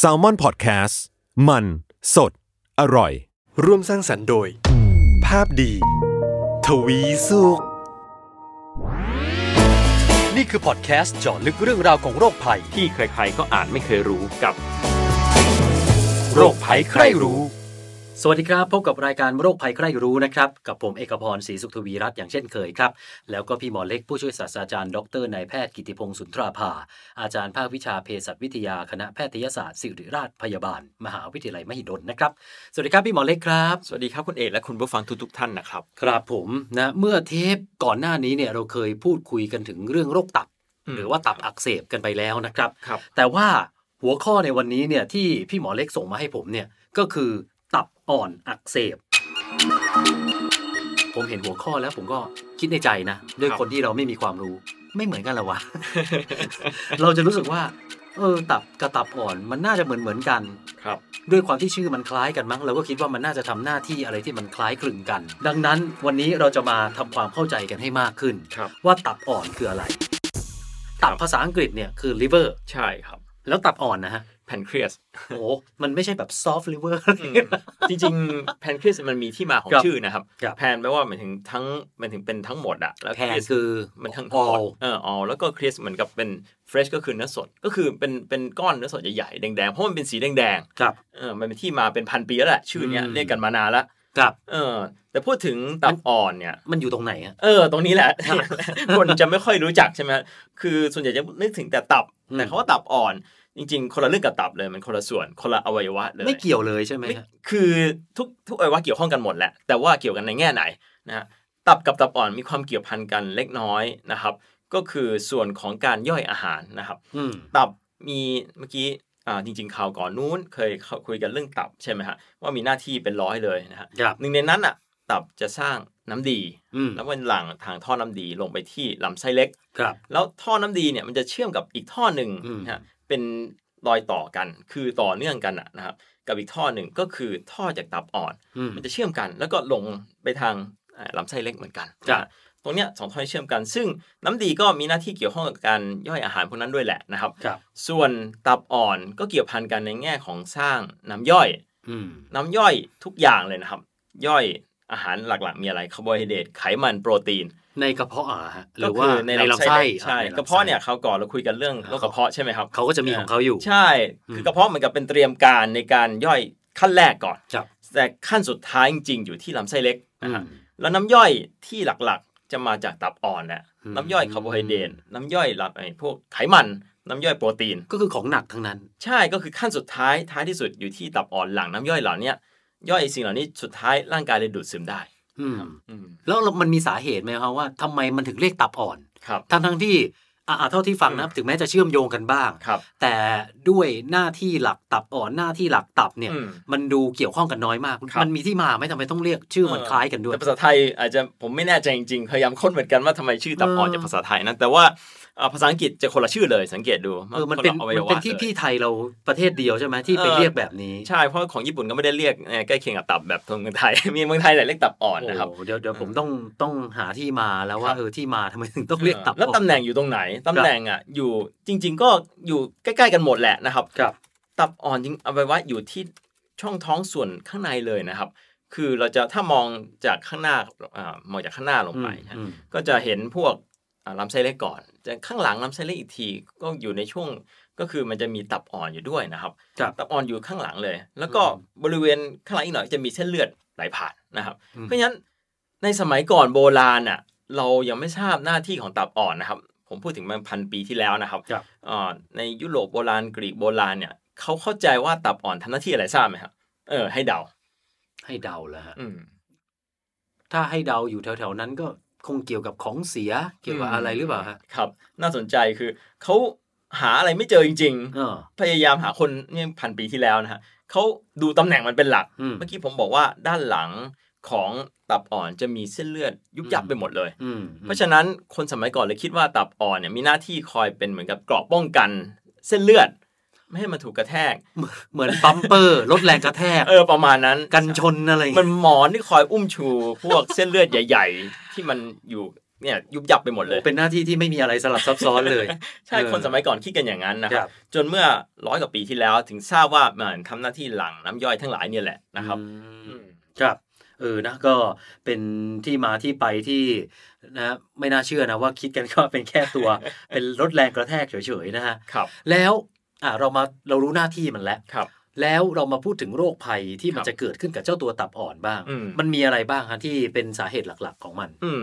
s a l m o n PODCAST มัน สด อร่อย ร่วมสร้างสรรค์โดย ภาพดี ทวีสุข นี่คือพอดแคสต์เจาะลึกเรื่องราวของโรคภัย ที่ใครๆ ก็อ่านไม่เคยรู้กับ โรคภัยใครรู้ สวัสดีครับ พบกับรายการโรคภัยใครรู้นะครับ กับผมเอกพรศรีสุขทวีรัตน์อย่างเช่นเคยครับ แล้วก็พี่หมอเล็กผู้ช่วยศาสตราจารย์ดรนายแพทย์กิติพงศ์สุนทราภา อาจารย์ภาควิชาเภสัชวิทยาคณะแพทยศาสตร์ศิริราชพยาบาล มหาวิทยาลัยมหิดลนะครับ สวัสดีครับพี่หมอเล็กครับ สวัสดีครับคุณเอกและคุณผู้ฟังทุกๆท่านนะครับ ครับผมนะเมื่อเทปก่อนหน้านี้เนี่ยเราเคยพูดคุยกันถึงเรื่องโรคตับ อืม หรือว่าตับอักเสบกันไปแล้วนะครับ ครับ แต่ว่าหัวข้อในวันนี้เนี่ยที่พี่หมอเล็กส่งมาให้ผมเนี่ยก็คือตับอ่อนอักเสบ ผมเห็นหัวข้อแล้วผมก็คิดในใจนะ ด้วย ครับ คนที่เราไม่มีความรู้ไม่เหมือนกันหรอวะ เราจะรู้สึกว่าเออตับกับตับอ่อนมันน่าจะเหมือนเหมือนๆกัน ครับ ด้วยความที่ชื่อมันคล้ายกันมั้งเราก็คิดว่ามันน่าจะทำหน้าที่อะไรที่มันคล้ายคลึงกัน ดังนั้นวันนี้เราจะมาทำความเข้าใจกันให้มากขึ้น ครับ ว่าตับอ่อนคืออะไร ครับ ตับภาษาอังกฤษเนี่ยคือ liver ใช่ครับ แล้วตับอ่อนนะ ฮะ แพนเครียส โอ้โหมันไม่ใช่แบบ soft liver จริงๆแพนเครียสมันมีที่มาของ ครับ ชื่อนะครับ ครับ แพนแปลว่าหมายถึงทั้งหมันถึงเป็นทั้งหมดอะแล้ว แพ Creas คือ มันทั้งหม all ดเออ all แล้วก็เครียสเหมือนกับเป็น fresh ก็คือเนื้อสดก็คือเป็นเป็นก้อนเนื้อสดใหญ่ๆแดงๆเพราะมันเป็นสีแดง ครับ ๆเออมันเป็นที่มาเป็นพันปีแล้วแหละชื่อเนี้ย อืม เรียกกันมานานละ ครับ เออ แต่พูดถึงตับอ่อนเนี่ย มันอยู่ตรงไหนอะ เออ ตรง นี้แหละ คนจะไม่ค่อยรู้จักใช่ไหมคือส่วนใหญ่จะนึกถึงแต่ตับ แต่เขาว่าตับอ่อน จริง ๆ คนละเรื่องกับตับเลย มันคนละส่วน คนละอวัยวะเลย ไม่เกี่ยวเลยใช่ไหม ไม่ ฮะ คือทุกทุกอวัยวะเกี่ยวข้องกันหมดแหละ แต่ว่าเกี่ยวกันในแง่ไหนนะฮะตับกับตับอ่อนมีความเกี่ยวพันกันเล็กน้อยนะครับ ก็คือส่วนของการย่อยอาหารนะครับ อืม ตับมีเมื่อกี้อ่าจริง ๆ ข่าวก่อนนู้นเคยเข้าคุยกันเรื่องตับใช่ไหมฮะว่ามีหน้าที่เป็นร้อยเลยนะฮะ ครับ หนึ่งในนั้นอ่ะตับจะสร้างน้ำดี อืม แล้วมันหลั่งทางท่อน้ำดีลงไปที่ลำไส้เล็ก ครับ แล้วท่อน้ำดีเนี่ยมันจะเชื่อมกับอีกท่อหนึ่ง อืม นะฮะเป็นรอยต่อกัน คือต่อเนื่องกันอะนะครับ กับอีกท่อหนึ่งก็คือท่อจากตับอ่อน อืม มันจะเชื่อมกัน แล้วก็ลงไปทางเอ่อลำไส้เล็กเหมือนกัน ครับ นะฮะตรงเนี้ยสองท่อนี้เชื่อมกัน ซึ่งน้ำดีก็มีหน้าที่เกี่ยวข้องกับการย่อยอาหารพวกนั้นด้วยแหละนะครับ ครับ ส่วนตับอ่อนก็เกี่ยวพันกันในแง่ของสร้างน้ำย่อย อืม น้ำย่อยทุกอย่างเลยนะครับ ย่อยอาหารหลักๆ มีอะไรคาร์โบไฮเดรตไขมันโปรตีน ในกระเพาะอ่ะฮะห ก็ รือ คื ว่า อ ในลำไส้ ใช่ อ่ใลำไส้ กระเพาะเนี่ยเขาวก่อนเราคุยกันเรื่อง อ่า โรคกระเพาะใช่ไหมครับ เขาก็จะมีของเขาอยู่ ใช่ อื คื ม อกระเพาะเหมือนกับเป็นเตรียมการในการย่อยขั้นแรกก่อน ครับ แต่ขั้นสุดท้ายจริงๆอยู่ที่ลำไส้เล็ก อื นะ ม ฮะแล้วน้ำย่อยที่หลักๆจะมาจากตับอ่อนแหละ อืม น้ำย่อยคาร์โบไฮเดรตน้ำย่อยหลักไอ้พวกไขมันน้ำย่อยโปรตีน ก็คือของหนักทั้งนั้น ใช่ก็คือขั้นสุดท้ายท้ายที่สุดอยู่ที่ตับอ่อนหลังน้ำย่อยเหล่าเนี้ยย่อยสิ่งเหล่านี้สุดท้ายร่างกายเลยดูดซึมได้ อืม อืม แล้วมันมีสาเหตุไหมครับว่าทำไมมันถึงเรียกตับอ่อน ครับ ทั้งทั้งๆที่อ่าเท่าที่ฟังนะ อืม ถึงแม้จะเชื่อมโยงกันบ้าง ครับ แต่ด้วยหน้าที่หลักตับอ่อนหน้าที่หลักตับเนี่ย อืม มันดูเกี่ยวข้องกันน้อยมาก ครับ มันมีที่มาไหมทำไมต้องเรียกชื่อมันคล้ายกันด้วย แต่ภาษาไทยอาจจะผมไม่แน่ใจจริงๆพยายามค้นเหมือนกันว่าทำไมชื่อตับอ่อน เออ จากภาษาไทยนะแต่ว่าเอ่อภาษาอังกฤษจะคนละชื่อเลยสังเกตดู เออมันเป็น คละอวัย มัน วะ เป็นที่ ลย ที่ไทยเราประเทศเดียวใช่ไหมที่ไป เออ เรียกแบบนี้ ใช่เพราะของญี่ปุ่นก็ไม่ได้เรียกเอ่อใกล้เคียงกับตับแบบทางเมืองไทย มีเมืองไทยแหละเรียกตับอ่อนนะครับ โอ้เดี๋ยวเดี๋ยวผมต้องต้องหาที่มาแล้ว ค ว่า รับ เออที่มาทำไมถึงต้องเรียกตับอ่อน แล้วตำแหน่งอยู่ตรงไหนตำแหน่งอ่ะอยู่จริง ๆ ก็อยู่ใกล้ๆกันหมดแหละนะครับ ครับ ตับอ่อนจริงอวัยวะอยู่ที่ช่องท้องส่วนข้างในเลยนะครับ คือเราจะถ้ามองจากข้างหน้าอ่ามองจากข้างหน้าลงไปนะ อืม ก็จะเห็นพวกอ่าลำไส้เล็กก่อนจากข้างหลังลำไส้เล็กอีกทีก็อยู่ในช่วงก็คือมันจะมีตับอ่อนอยู่ด้วยนะครับ ครับ ตับอ่อนอยู่ข้างหลังเลย แล้วก็บริเวณข้างหลังอีกหน่อยจะมีเส้นเลือดไหลผ่านนะครับ อืม เพราะฉะนั้นในสมัยก่อนโบราณน่ะเรายังไม่ทราบหน้าที่ของตับอ่อนนะครับ ผมพูดถึงมาพันปีที่แล้วนะครับ ครับ เอ่อในยุโรปโบราณกรีกโบราณเนี่ยเขาเข้าใจว่าตับอ่อนทำหน้าที่อะไรทราบไหมครับเออ ให้เดา ให้เดาแล้วฮะ อืม ถ้าให้เดาอยู่แถวๆนั้นก็คงเกี่ยวกับของเสียเกี่ยวกับอะไรหรือเปล่าฮะ ครับ น่าสนใจคือเขา หาอะไรไม่เจอจริง เออ ๆ พยายามหาคนเนี่ยพันปีที่แล้วนะฮะเขาดูตำแหน่งมันเป็นหลัก อืม เมื่อกี้ผมบอกว่าด้านหลังของตับอ่อนจะมีเส้นเลือดยุบยับไปหมดเลย อืม เพราะฉะนั้นคนสมัยก่อนเลยคิดว่าตับอ่อนเนี่ยมีหน้าที่คอยเป็นเหมือนกับเกราะป้องกัน เส้นเลือด ไม่ให้มันถูกกระแทก เหมือนปั๊มเปอร์ ลดแรงกระแทก เออประมาณนั้น กันชนอะไร มันหมอนที่คอยอุ้มชู พวกเส้นเลือดใหญ่ ๆ ที่มันอยู่เนี่ยยุบยับไปหมดเลย เป็นหน้าที่ที่ไม่มีอะไรสลับซับซ้อนเลย ใช่ เออ คนสมัยก่อนคิดกันอย่างนั้นนะค ค รั รับ บ จนเมื่อร้อยกว่าปีที่แล้วถึงทราบว่ามันทำหน้าที่หลังน้ำย่อยทั้งหลายเนี่ยแหละนะครับ อืม ครับเออนะก็เป็นที่มาที่ไปที่นะไม่น่าเชื่อนะว่าคิดกันก็เป็นแค่ตัว เป็นรถแรงกระแทกเฉยๆนะฮะ ครับ แล้วอ่ะเรามาเรารู้หน้าที่มันแล้ว ครับ แล้วเรามาพูดถึงโรคภัยที่มัน ครับ จะเกิดขึ้นกับเจ้าตัวตับอ่อนบ้าง อืม มันมีอะไรบ้างฮะที่เป็นสาเหตุหลักๆของมัน อืม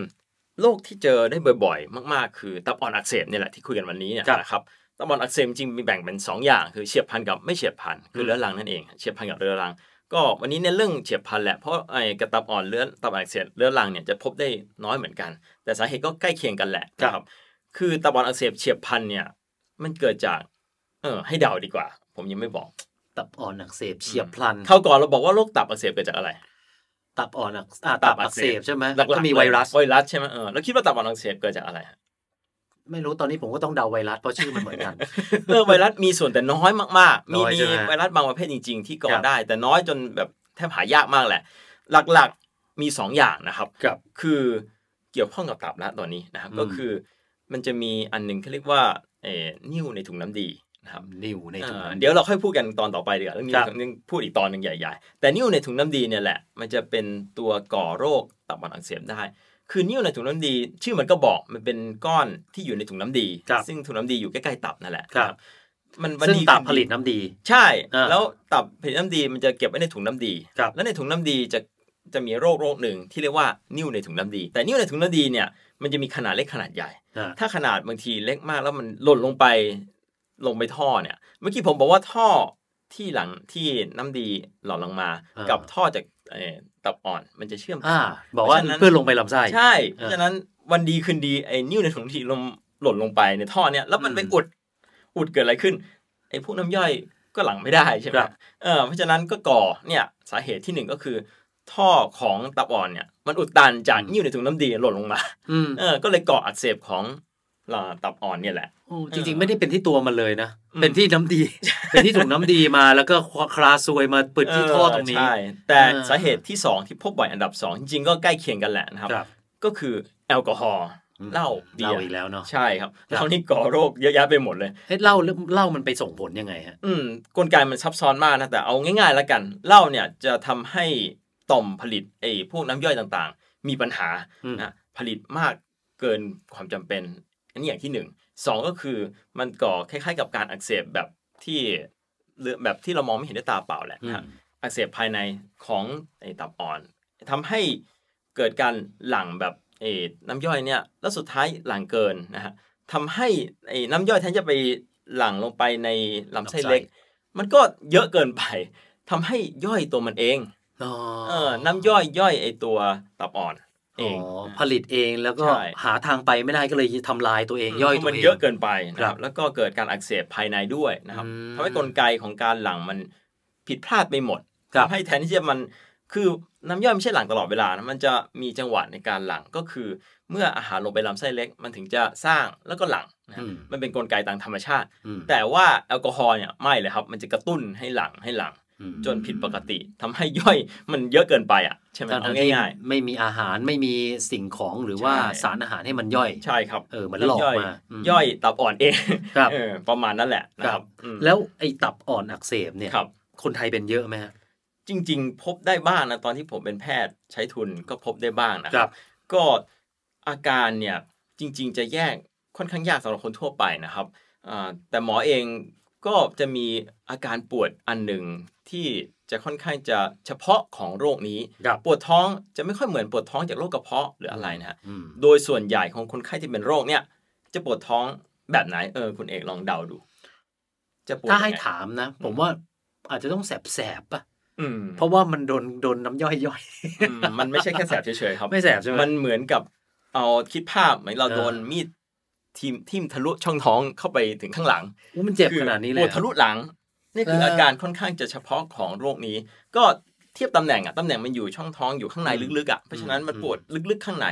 โรคที่เจอได้บ่อยๆ มากๆ คือตับอ่อนอักเสบเนี่ยแหละที่คุยกันวันนี้เนี่ย ครับ นะครับตับอ่อนอักเสบจริงๆมีแบ่งเป็นสองอย่างคือเฉียบพลันกับไม่เฉียบพลันคือเรื้อรังนั่นเองเฉียบพลันกับเรื้อรัง ก็วันนี้เนี่ยเรื่องเฉียบพลันแหละเพราะไอ้กระตับอ่อนเรื้อตับอ่อนอักเสบเรื้อรังเนี่ยจะพบได้น้อยเหมือนกัน แต่สาเหตุก็ใกล้เคียงกันแหละนะครับคือตับอ่อนอักเสบเฉียบพลันเนี่ยมันเกิดจากเออให้เดาดีกว่า ผมยังไม่บอก ตับอ่อนอักเสบเฉียบพลัน เข้าวก่อนเราบอกว่าโรคตับอักเสบเกิดจากอะไร ตับอ่อนอักอ่ะตับอักเสบใช่ไหม หลักๆ ก็มีไวรัส ไวรัสใช่ไหมเออแล้วคิดว่าตับอ่อนอักเสบเกิดจาก อะไรฮะ ไม่รู้ตอนนี้ผมก็ต้องเดาไวรัสเพราะชื่อมันเหมือนกัน เออไวรัสมีส่วนแต่น้อยมากๆ น้ มี อย มี ใช่ไหม ไวรัสบางประเภทจริง ๆ ที่ก่อ ครับ ได้ แต่น้อยจนแบบแทบหายากมากแหละ หลักๆมี 2 อย่างนะครับ ครับ คือเกี่ยวข้องกับตับละตอนนี้นะครับ อืม ก็คือมันจะมีอันหนึงเขาเรียกว่าเอ่อนิ่วในถุงน้ำดีนะครับ นิวในถุง อ่า น้ำ เดี๋ยวเราค่อยพูดกันตอนต่อไปดีกว่าเรื่องนี้ ครับ เรื่องพูดอีกตอนหนึ่งใหญ่ๆ แต่นิ่วในถุงน้ำดีเนี่ยแหละมันจะเป็นตัวก่อโรคตับอ่อนอักเสบได้ คือนิ่วในถุงน้ำดี ชื่อมันก็บอกมันเป็นก้อนที่อยู่ในถุงน้ำดี ครับ ซึ่งถุงน้ำดีอยู่ใกล้ๆตับนั่นแหละ ครับ นะมันวัน ซึ่ง ดี ตับ คืน ผลิตน้ำดี ใช่ อ่า แล้วตับผลิตน้ำดีมันจะเก็บไว้ในถุงน้ำดี ครับ แล้วในถุงน้ำดีจะจะมีโรคโรคหนึ่งที่เรียกว่านิ่วในถุงน้ำดี แต่นิ่วในถุงน้ำดีเนี่ยมันจะมีขนาดเล็กขนาดใหญ่ อ่า ถ้าขนาดบางทีเล็กมากแล้วมันหล่นลงไปลงไปท่อเนี่ย เมื่อกี้ผมบอกว่าท่อที่หลังที่น้ำดีหล่อลงมา อ่ากั กับท่อจากเอ่อตับอ่อนมันจะเชื่อมกัน อ่า บอกว่า เพราะฉะนั้น เพื่อลงไปลำไส้ ใช่เพ เออ ราะฉะนั้นวันดีคืนดีไอ้นิ้วในถุงที่ลมหล่นลงไปในท่อเนี่ยแล้วมัน อืม ไปอุดอุดเกิดอะไรขึ้นไอ้พวกน้ำย่อยก็หลังไม่ได้ใช่ไหม ครับ เออเพราะฉะนั้นก็ก่อเนี่ยสาเหตุที่หนึ่งก็คือ ท่อของตับอ่อนเนี่ยมันอุดตันจาก อืม นิ้วในถุงน้ำดีหล่นลงมา อืม เออก็เลยก่ออักเสบของเอ่อตับอ่อนเนี่ยแหละ โอ้ เอ จ อ ริง ๆ ไม่ได้เป็นที่ตัวมันเลยนะ อืม เป็นที่น้ำดี เป็นที่ถุงน้ำดีมาแล้วก็คลาซวยมาปิดที่ท่อตรงนี้ เใช่แต่ อ่า สาเหตุที่สองที่พบบ่อยอันดับสองจริงๆก็ใกล้เคียงกันแหละนะครับ ครับ ก็คือแอลกอฮอล์เหล้าเบี เล่าย ร์ อีกแล้วเนาะ ใช่ครับ ครับ เหล้านี่ก่อโรคเยอะแยะไปหมดเลย เฮ้ยเหล้าเหล้ามันไปส่งผลยังไงฮะ อืมกลไกมันซับซ้อนมากนะแต่เอาง่ายๆแล้วกันเหล้าเนี่ยจะทำให้ต่อมผลิตไอ้พวกน้ำย่อยต่างๆ มีปัญหา อืม นะผลิตมากเกินความจำเป็น อันนี้อย่างที่หนึ่งสองก็คือมันก่อคล้ายๆ กับการอักเสบแบบที่เลือแบบที่เรามองไม่เห็นด้วยตาเปล่าแหละนะฮะ อักเสบภายในของไอ้ตับอ่อนทำให้เกิดการหลั่งแบบไอ้น้ำย่อยเนี่ยแล้วสุดท้ายหลั่งเกินนะฮะทำให้ไอ้น้ำย่อยแทนจะไปหลั่งลงไปในลำไส้เล็ก มันก็เยอะเกินไปทำให้ย่อยตัวมันเอง อ๋อ เออน้ำย่อยย่อยไอ้ตัวตับอ่อนเอ อ๋อง ผลิตเองแล้วก็ ใช่ หาทางไปไม่ได้ก็เลยทำลายตัวเองย่อยตัว มัน เอง เยอะเกินไปนะค ครั รั บบ แล้วก็เกิดการอักเสบภายในด้วยนะครับ อืม ทำให้กลไกของการหลั่งมันผิดพลาดไปหมด ครับ ทำให้แทนที่จะมันคือน้ำย่อยไม่ใช่หลั่งตลอดเวลานะมันจะมีจังหวะในการหลั่งก็คือ เมื่ออาหารลงไปลำไส้เล็ก มันถึงจะสร้างแล้วก็หลั่งนะครับ อืม มันเป็นกลไกตามธรรมชาติ อืม แต่ว่าแอลกอฮอล์เนี่ยไม่เลยครับ มันจะกระตุ้นให้หลั่งให้หลั่ง อืม จนผิดปกติทำให้ย่อยมันเยอะเกินไปอ่ะใช่ไหม ทั้งๆเอาที่ ง่าย ไม่มีอาหารไม่มีสิ่งของหรือว่า ใช่ สารอาหารให้มันย่อย ๆ ใช่ครับ เออมันหลอก ย่ย มาอืม ย่อยตับอ่อนเอง ครับ เออประมาณนั้นแหละนะครับอืม แล้วไอ้ตับอ่อนอักเสบเนี่ย ครับ คนไทยเป็นเยอะไหมฮะ จริง ๆ พบได้บ้างนะตอนที่ผมเป็นแพทย์ใช้ทุนก็พบได้บ้างนะค ครั รับ บ ก็อาการเนี่ยจริง ๆ จะแยกค่อนข้างยากสำหรับคนทั่วไปนะครับอ่าแต่หมอเองก็จะมีอาการปวดอันหนึ่งที่จะค่อนข้างจะเฉพาะของโรคนี้ ครับ ปวดท้องจะไม่ค่อยเหมือนปวดท้องจากโรคกระเพาะหรืออะไรนะฮะ อืม โดยส่วนใหญ่ของคนไข้ที่เป็นโรคเนี่ยจะปวดท้องแบบไหนเออคุณเอกลองเดาดู จะปวด ถ้าให้ ยังไง ถามนะ ผมว่าอาจจะต้องแสบแสบๆป่ะ อืม เพราะว่ามันโดนโดนน้ำย่อยย่อย อืมมันไม่ใช่แค่แสบเฉยๆครับ ไม่แสบใช่ไหม มันเหมือนกับเอาคิดภาพเหมือนเรา เออ โดนมีด ทิมทิมทะลุช่องท้องเข้าไปถึงข้างหลัง อู้มันเจ็บขนาดนี้เลย ป เหร วด อ ทะลุหลังนี่คือ เอออ อาการค่อนข้างจะเฉพาะของโรคนี้ ก็เทียบตำแหน่งอ่ะตำแหน่งมันอยู่ช่องท้องอยู่ข้างใน อืม ลึกๆอ่ะเพราะฉะนั้นมัน อืม ปวดลึกๆข้างใน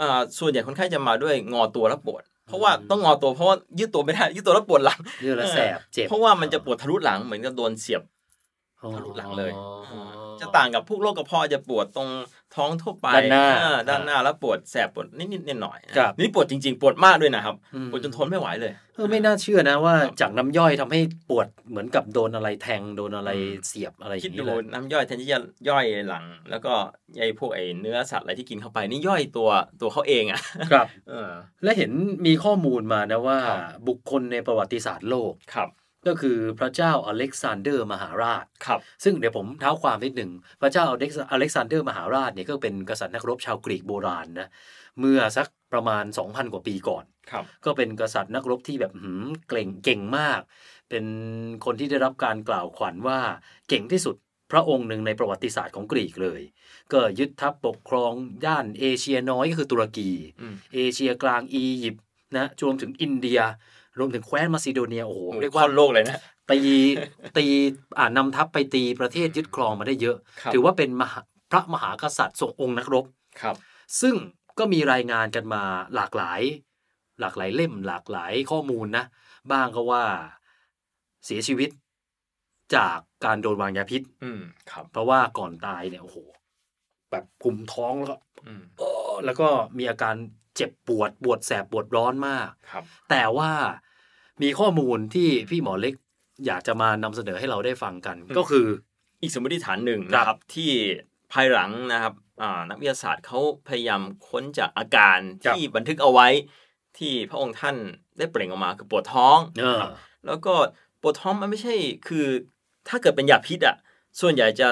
อ่าส่วนใหญ่คนไข้จะมาด้วยงอตัวแล้วปวด เพราะว่า อืม ต้องงอตัวเพราะว่ายืดตัวไม่ได้ยืดตัวแล้วปวดหลัง เรื่องละแสบเจ็บ เพราะว่ามันจะปวดทะลุหลังเหมือนกับโดนเสียบ อ๋อ ทะลุหลังเลย อ๋อ จะต่างกับพวกโรคกระเพาะจะปวดตรงท้องทั่วไป ด้านหน้า อ่ด้านหน้าแล้วปวดแสบปวดนิดๆหน่อยๆนะครับ นี่ปวดจริงๆ ปวดมากด้วยนะครับ อืม ปวดจนทนไม่ไหวเลย เออไม่น่าเชื่อนะว่า ครับ จากน้ำย่อยทำให้ปวดเหมือนกับโดนอะไรแทงโดนอะไรเสียบอะไรอ คิด ย่างนี้ดูเลย น้ำย่อยแทนที่จะย่อยหลัง แล้วก็ไอ้พวกไอ้เนื้อสัตว์อะไรที่กินเข้าไปนี่ย่อยตัวตัวเขาเองอ่ะ ครับ เออ และเห็นมีข้อมูลมานะว่า ครับ บุคคลในประวัติศาสตร์โลก ครับ ก็คือพระเจ้าอเล็กซานเดอร์มหาราช ครับ ซึ่งเดี๋ยวผมเท้าความนิดหนึ่ง พระเจ้าอเล็กซอเล็กซานเดอร์มหาราชเนี่ยก็เป็นกษัตริย์นักรบชาวกรีกโบราณนะเมื่อสักประมาณ 2,000 กว่าปีก่อน ครับ ก็เป็นกษัตริย์นักรบที่แบบหืมเก่งเก่งมาก เป็นคนที่ได้รับการกล่าวขวัญว่าเก่งที่สุดพระองค์หนึ่งในประวัติศาสตร์ของกรีกเลย ก็ยึดทัพปกครองย่านเอเชียน้อยก็คือตุรกี อืม เอเชียกลางอียิปต์นะรวมถึงอินเดีย รวมถึงแคว้นมาซิโดเนียโอ้โห โอ้โห เรียก ข้ ว่า อโลกเลยนะ ตีตีอ่านำทัพไปตีประเทศยึดครองมาได้เยอะ ครับ ถือว่าเป็นมหาพระมหากษัตริย์ทรงองค์นักรบ ครับ ซึ่งก็มีรายงานกันมาหลากหลาย หลากหลายเล่มหลากหลายข้อมูลนะ บ้างก็ว่าเสียชีวิตจากการโดนวางยาพิษ อืมครับ เพราะว่าก่อนตายเนี่ยโอ้โห แบบคุมท้องแล้วก็ อืม โอ้แล้วก็มีอาการเจ็บปวดปวดแสบปวดร้อนมาก ครับ แต่ว่ามีข้อมูลที่พี่หมอเล็กอยากจะมานำเสนอให้เราได้ฟังกัน อืม ก็คือ อีกสมมติฐานหนึ่ง ครับ นะครับที่ภายหลังนะครับอ่านักวิทยาศาสตร์เขาพยายามค้นจากอาการที่บันทึกเอาไว้ ที่พระองค์ท่านได้เปล่งออกมาคือปวดท้อง เออ ครับแล้วก็ปวดท้องมันไม่ใช่คือถ้าเกิดเป็นยาพิษอ่ะส่วนใหญ่จะ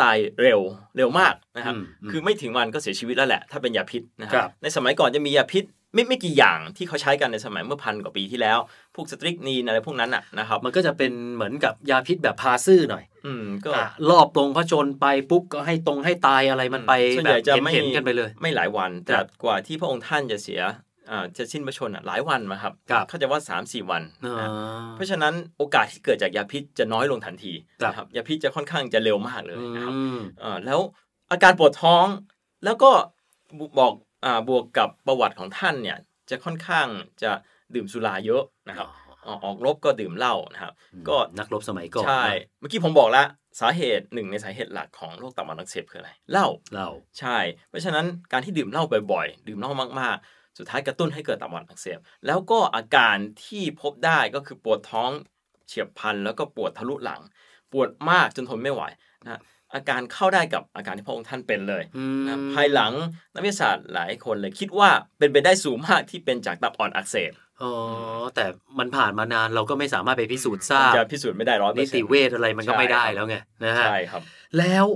ตายเร็วเร็วมากนะครับ อืมอืม คือไม่ถึงวันก็เสียชีวิตแล้วแหละ ถ้าเป็นยาพิษนะค ครั รับ บในสมัยก่อนจะมียาพิษไม่ไม่กี่อย่างที่เขาใช้กันในสมัยเมื่อพันกว่าปีที่แล้ว พวกสตริกนีนอะไรพวกนั้นอ่ะนะครับ มันก็จะเป็นเหมือนกับยาพิษแบบพาซื่อหน่อย อืมก็ อ่ะรอบตรงพระชนไปปุ๊บก็ให้ตรงให้ตายอะไรมันไป ส่วน แบ ใหญ่ บ จะ เห็น ไม่ เห็นๆกันไปเลย ไม่หลายวัน แต่ ครับ กว่าที่พระองค์ท่านจะเสียอ่าจะสิ้นพระชนม์อ่ะหลายวันมาครับ ครับ เข้าใจว่า 3 4 วัน เอ นะ อ เพราะฉะนั้นโอกาสที่เกิดจากยาพิษจะน้อยลงทันที ครับ นะครับยาพิษจะค่อนข้างจะเร็วมากเลย อื นะครับ ม อ่าแล้วอาการปวดท้องแล้วก็บุบอกอาบวกกับประวัติของท่านเนี่ยจะค่อนข้างจะดื่มสุราเยอะนะครับออกออกรบก็ดื่มเหล้านะครับ ก็ นักรบสมัยก่อน ใช่ นะ เมื่อกี้ผมบอกแล้วสาเหตุหนึ่งในสาเหตุหลักของโรคตับอักเสบคืออะไรเหล้า เรา ใช่ เพราะฉะนั้นการที่ดื่มเหล้าบ่อยๆ ดื่มเหล้ามากๆ สุดท้ายกระตุ้นให้เกิดตับอ่อนอักเสบ แล้วก็อาการที่พบได้ก็คือปวดท้องเฉียบพลัน แล้วก็ปวดทะลุหลัง ปวดมากจนทนไม่ไหวนะอาการเข้าได้กับอาการที่พระองค์ท่านเป็นเลย อืม นะภายหลังนักวิทยาศาสตร์หลายคนเลยคิดว่าเป็นไปได้สูงมากที่เป็นจากตับอ่อนอักเสบ อ๋อแต่มันผ่านมานานเราก็ไม่สามารถไปพิสูจน์ทราบ จะพิสูจน์ไม่ได้ร้อยเปอ นิ ร์เซ็นต์ ติเวชอะไรมันก็ไม่ได้ ใช่ครับ แล้วไงนะฮะ ใช่ครับ แล้ว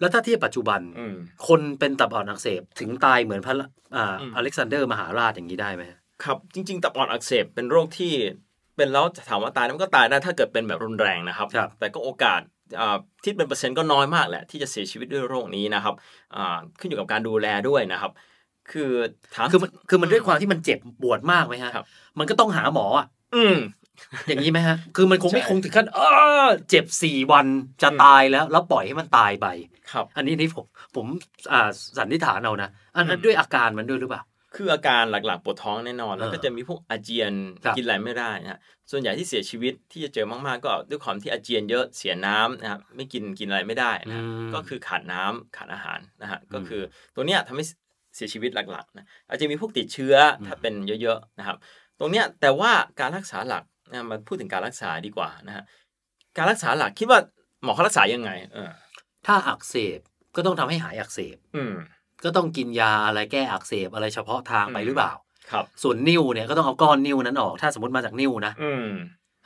แล้วถ้าเทียบปัจจุบัน อืม คนเป็นตับอ่อนอักเสบถึงตายเหมือนพระอ่า อืม อเล็กซานเดอร์มหาราชอย่างนี้ได้ไหมฮะ ครับจริงๆตับอ่อนอักเสบเป็นโรคที่เป็นแล้วถามว่าตายมันก็ตายได้ถ้าเกิดเป็นแบบรุนแรงนะครับ ครับ แต่ก็โอกาสอ่าที่เป็นเปอร์เซ็นต์ก็น้อยมากแหละ ที่จะเสียชีวิตด้วยโรคนี้นะครับอ่าขึ้นอยู่กับการดูแลด้วยนะครับ คือถาม คือมันคือมันด้วยความที่มันเจ็บปวดมากไหมฮะ ครับ มันก็ต้องหาหมออ่ะ อืม อย่างนี้ไหมฮะ คือมันคงไม่ ใช่ คงถึงขั้นเออเจ็บสี่วันจะตายแล้ว แล้วปล่อยให้มันตายไป ครับ อันนี้นี่ผมผมอ่าสันนิษฐานเอานะอันนั้น อืม ด้วยอาการมันด้วยหรือเปล่า คืออาการหลักๆปวดท้องแน่นอน แล้วก็ เออ จะมีพวกอาเจียน ครับ กินอะไรไม่ได้นะฮะส่วนใหญ่ที่เสียชีวิตที่จะเจอมากๆ ก็ด้วยความที่อาเจียนเยอะเสียน้ำนะครับไม่กินกินอะไรไม่ได้นะฮะ อืม ก็คือขาดน้ำขาดอาหารนะฮะก็ อืม คือตัวเนี้ยทำให้เสียชีวิตหลักๆนะอาจจะมีพวกติดเชื้ออ ม ถ้าเป็นเยอะๆนะครับ ตรงเนี้ยแต่ว่าการรักษาหลักนะมาพูดถึงการรักษาดีกว่านะฮะการรักษาหลักคิดว่าหมอเขารักษายังไง เออ ถ้าอักเสบก็ต้องทำให้หายอักเสบ อืม ก็ต้องกินยาอะไรแก้อักเสบอะไรเฉพาะทางไป อืม หรือเปล่า ครับ ส่วนนิ้วเนี่ยก็ต้องเอาก้อนนิ้วนั้นออก ถ้าสมมติมาจากนิ้วนะ อืม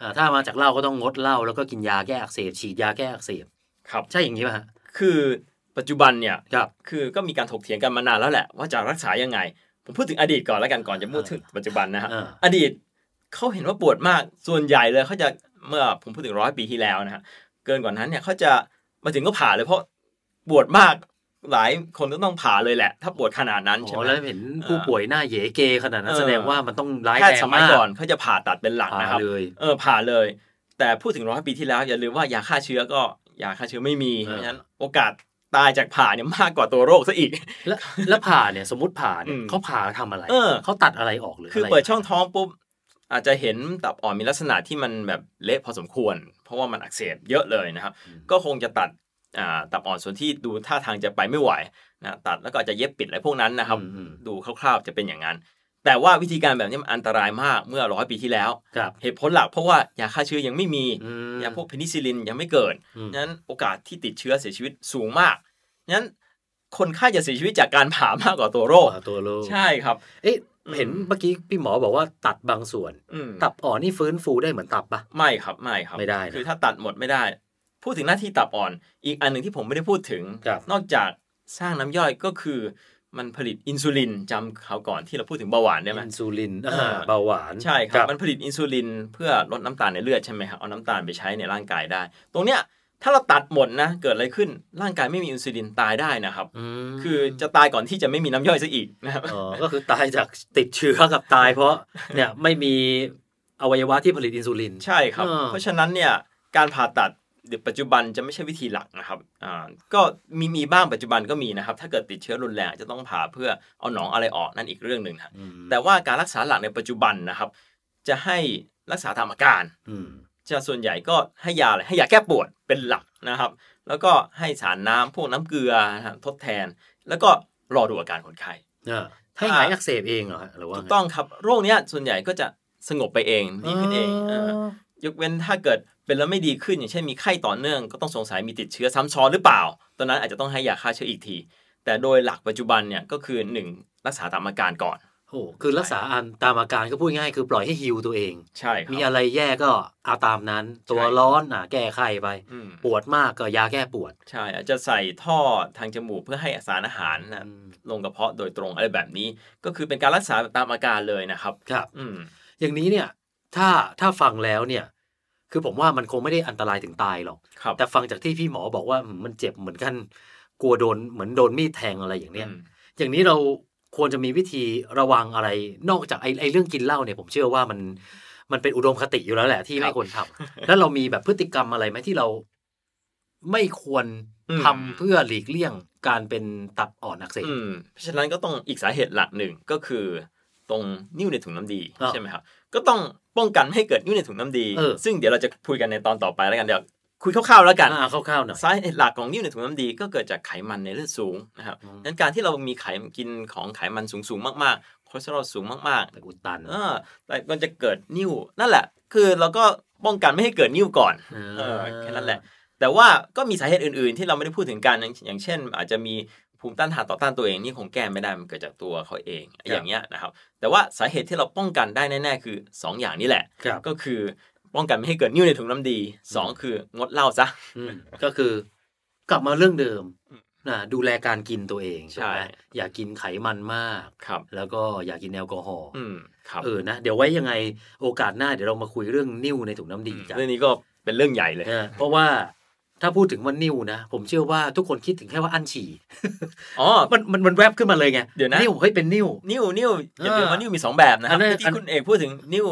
อ่าถ้ามาจากเหล้าก็ต้องงดเหล้าแล้วก็กินยาแก้อักเสบฉีดยาแก้อักเสบ ครับ ใช่อย่างนี้ป่ะฮะ คือปัจจุบันเนี่ย ครับ คือก็มีการถกเถียงกันมานานแล้วแหละ ว่าจะรักษายังไง ผมพูดถึงอดีตก่อนแล้วกันก่อนจะพูดถึงปัจจุบันนะฮะ เออ อดีตเขาเห็นว่าปวดมากส่วนใหญ่เลยเขาจะเมื่อผมพูดถึงร้อยปีที่แล้วนะฮะเกินกว่านั้นเนี่ยเขาจะมาถึงก็ผ่าเลยเพราะปวดมาก หลายคนก็ต้องผ่าเลยแหละ ถ้าปวดขนาดนั้น โอ้ ใช่ไหม แล้วเห็นผู้ป่วยหน้าเหยเกขนาดนั้น เออ แสดงว่ามันต้องร้าย แพท แร ย์ ง สมัย มาก ก่อนเขาจะผ่าตัดเป็นหลัก ผ่า นะครับ เลย เออผ่าเลย แต่พูดถึงร้อยปีที่แล้ว อย่าลืมว่ายาฆ่าเชื้อก็ยาฆ่าเชื้อไม่มี เอ เพ อ ราะฉะนั้นโอกาสตายจากผ่าเนี่ยมากกว่าตัวโรคซะอีก แล้วแล้วผ่าเนี่ยสมมติผ่าเนี่ย อืม เขาผ่าทำอะไร เออ เขาตัดอะไรออกหรือ คือ อะไร เปิดช่องท้องปุ๊บอาจจะเห็นตับอ่อนมีลักษณะที่มันแบบเละพอสมควร เพราะว่ามันอักเสบเยอะเลยนะครับ ก็คงจะตัดอ่าตับอ่อนส่วนที่ดูท่าทางจะไปไม่ไหวนะตัดแล้วก็อาจจะเย็บปิดอะไรพวกนั้นนะครับ อืมอืม ดูคร่าวๆจะเป็นอย่างนั้น แต่ว่าวิธีการแบบนี้มันอันตรายมากเมื่อร้อยปีที่แล้ว ครับ เหตุผลหลักเพราะว่ายาฆ่าเชื้อยังไม่มี อืม ยาพวกเพนิซิลินยังไม่เกิด อืม ฉะนั้นโอกาสที่ติดเชื้อเสียชีวิตสูงมากฉะนั้นคนไข้จะเสียชีวิตจากการผ่ามากกว่าตัวโรค ผ่าตัวโรค ใช่ครับ เอ๊ะ อืม เห็นเมื่อกี้พี่หมอบอกว่าตัดบางส่วน อืม ตับอ่อนนี่ฟื้นฟูได้เหมือนตับปะ ไม่ครับไม่ครับ ไม่ได้นะ คือถ้าตัดหมดไม่ได้ พูดถึงหน้าที่ตับอ่อน อีกอันหนึ่งที่ผมไม่ได้พูดถึง ครับ นอกจากสร้างน้ำย่อยก็คือ มันผลิตอินซูลินจำคราวก่อนที่เราพูดถึงเบาหวานได้ไหม อินซูลิน เออ อ่าเบาหวาน ใช่ครับ มันผลิตอินซูลินเพื่อลดน้ำตาลในเลือดใช่ไหมครับ เอาน้ำตาลไปใช้ในร่างกายได้ ตรงเนี้ยถ้าเราตัดหมดนะ เกิดอะไรขึ้น ร่างกายไม่มีอินซูลินตายได้นะครับ อืม คือจะตายก่อนที่จะไม่มีน้ำย่อยซะอีกนะครับ อ๋อก็คือตายจากติดเชื้อกับตายเพราะเนี่ยไม่มีอวัยวะที่ผลิตอินซูลิน ใช่ครับ อ่า เพราะฉะนั้นเนี่ยการผ่าตัดเดี๋ยวปัจจุบันจะไม่ใช่วิธีหลักนะครับอ่าก็มีมีบ้างปัจจุบันก็มีนะครับ ถ้าเกิดติดเชื้อรุนแรงอาจจะต้องผ่าเพื่อเอาหนองอะไรออกนั่นอีกเรื่องหนึ่งนะ อืม แต่ว่าการรักษาหลักในปัจจุบันนะครับ จะให้รักษาตามอาการ อืม จะส่วนใหญ่ก็ให้ยาอะไรให้ยาแก้ปวดเป็นหลักนะครับ แล้วก็ให้สารน้ำพวกน้ำเกลือนะครับทดแทน แล้วก็รอดูอาการคนไข้ อ่าให้หายอักเสบเองเหรอฮะหรือว่า ถูกต้องครับโรคเนี้ยส่วนใหญ่ก็จะสงบไปเอง ไ ดีขึ้นเองเออ อย กเว้นถ้าเกิดเป็นแล้วไม่ดีขึ้น อย่างเช่นมีไข้ต่อเนื่องก็ต้องสงสัยมีติดเชื้อซ้ำซ้อนหรือเปล่า ตอนนั้นอาจจะต้องให้ยาฆ่าเชื้ออีกที แต่โดยหลักปัจจุบันเนี่ยก็คือ 1 รักษาตามอาการก่อน โอ้โหคือรักษาอันตามอาการก็พูดง่ายคือปล่อยให้ฮิวตัวเอง ใช่ครั มี บ อะไรแย่ก็เอาตามนั้น ตัว ใช่ ร้อนอ่ะแก้ไขไป อืม ปวดมากก็ยาแก้ปวด ใช่อาจจะใส่ท่อทางจมูกเพื่อให้สารอาหารนะ อืม ลงกระเพาะโดยตรงอะไรแบบนี้ ก็คือเป็นการรักษาแบบตามอาการเลยนะครับ ครับ อืม อย่างนี้เนี่ยถ้าถ้าฟังแล้วเนี่ย คือผมว่ามันคงไม่ได้อันตรายถึงตายหรอก ครับ แต่ฟังจากที่พี่หมอบอกว่าอืมมันเจ็บเหมือนกัน กลัวโดนเหมือนโดนมีดแทงอะไรอย่างเนี้ย อืม อย่างนี้เราควรจะมีวิธีระวังอะไร นอกจากไอ้ไอ้เรื่องกินเหล้าเนี่ยผมเชื่อว่ามันมันเป็นอุดมคติอยู่แล้วแหละที่ ครับ ไม่ควรทำ แล้วเรามีแบบพฤติกรรมอะไรไหมที่เราไม่ควร อืม ทำเพื่อหลีกเลี่ยงการเป็นตับอ่อนอักเสบ อืมเพราะฉะนั้นก็ต้องอีกสาเหตุหลักหนึ่งก็คือตรงนิ้วในถุงน้ำดี อ่ะ ใช่ไหมครับก็ต้องป้องกันไม่ให้เกิดนิ้วในถุงน้ำดี เออ ซึ่งเดี๋ยวเราจะคุยกันในตอนต่อไปแล้วกันเดี๋ยวคุยคร่าวๆแล้วกัน อ่าคร่าวๆหน่อย สาเหตุหลักของนิ้วในถุงน้ำดี ก็เกิดจากไขมันในเลือดสูงนะครับ อืม งั้นการที่เรามีไขมันกินของไขมันสูงๆมากๆคอเลสเตอรอลสูงมาก แต่อุดตัน ๆเออแต่มันจะเกิดนิ้วนั่นแหละ คือเราก็ป้องกันไม่ให้เกิดนิ้วก่อน เออแค่นั้นแหละ แต่ว่าก็มีสาเหตุอื่นๆ ที่เราไม่ได้พูดถึงกันอย่างอย่างเช่น อาจจะมีภูมิต้านทานต่อต้านตัวเองนี่คงแก้ไม่ได้มันเกิดจากตัวเขาเองอย่างเงี้ยนะครับ แต่ว่าสาเหตุที่เราป้องกันได้แน่ๆ คือ 2 อย่างนี้แหละ ครับ ก็คือป้องกันไม่ให้เกิดนิ่วในถุงน้ำดี 2 คืองดเหล้าซะ อืมก็คือกลับมาเรื่องเดิมนะดูแลการกินตัวเอง ใช่ ไหมอย่ากินไขมันมาก ครับ แล้วก็อย่ากินแอลกอฮอล์ อืมครับ เออ นะ เดี๋ยวไว้ยังไงโอกาสหน้าเดี๋ยวเรามาคุยเรื่องนิ่วในถุงน้ำดีกัน เรื่องนี้ก็เป็นเรื่องใหญ่เลย เออเพราะว่าถ้าพูดถึงว่านิ่วนะ ผมเชื่อว่าทุกคนคิดถึงแค่ว่าอั้นฉี่ อ๋อ มันมันมันแวบขึ้นมาเลยไง เดี๋ยวนะ นิ่วเฮ้ยเป็นนิ่ว นิ่วนิ่วอย่าลืม เออ ว่านิ่วมีสองแบบนะค อั รับ นนั้น ที่คุณเอกพูดถึงนิ่ว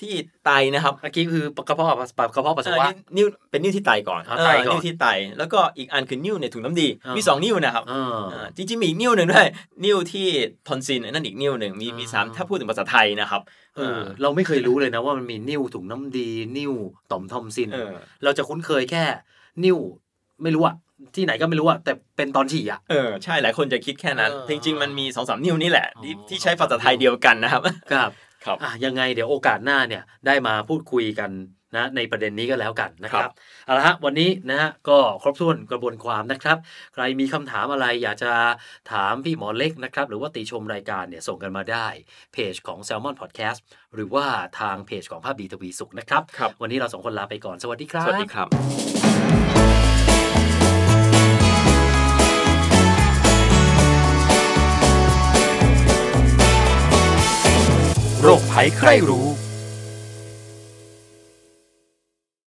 ที่ไตนะครับ เมื่อกี้คือกระเพาะปัสสาวะกระเพาะปัสสาวะ เออนิ้วนิ้วเป็นนิ้วที่ไตก่อน อ๋อ เอ ไต อ ก่อน นิ้วที่ไต แล้วก็อีกอันคือนิ้วในถุงน้ำดี อ่ามี มีสองนิ้วนะครับ เออ เออจริงๆ มีอีกนิ้วหนึ่งด้วยนิ้วที่ทอนซิลนั่นอีกนิ้วหนึ่งมีมี อ่า สามถ้าพูดถึงภาษาไทยนะครับ เออ เราไม่เคยรู้เลยนะว่ามันมีนิ่วถุงน้ำดี นิ่วต่อมทอมซิน เออ เราจะคุ้นเคยแค่ นิ่วไม่รู้อะที่ไหนก็ไม่รู้อะแต่เป็นตอนฉี่อะ เออใช่หลายคนจะคิดแค่นั้น เออ จริง ๆ มันมีสองสามนิ้วนี่แหละ ที่ อ๋อ ที่ใช้ภาษาไทยเดียวกันนะครับ ครับ ครับ อ่ะยังไงเดี๋ยวโอกาสหน้าเนี่ยได้มาพูดคุยกันนะในประเด็นนี้ก็แล้วกันนะค ค รั รั บบ เอาละฮะวันนี้นะฮะก็ครบถ้วนกระบวนความนะครับ ใครมีคำถามอะไรอยากจะถามพี่หมอเล็กนะครับ หรือว่าติชมรายการเนี่ยส่งกันมาได้เพจของ Salmon Podcast หรือว่าทางเพจของภาพดีทวีสุขนะครับ ครับ วันนี้เราสองคนลาไปก่อนสวัสดีครับ สวัสดีครับ โรคภัยใครรู้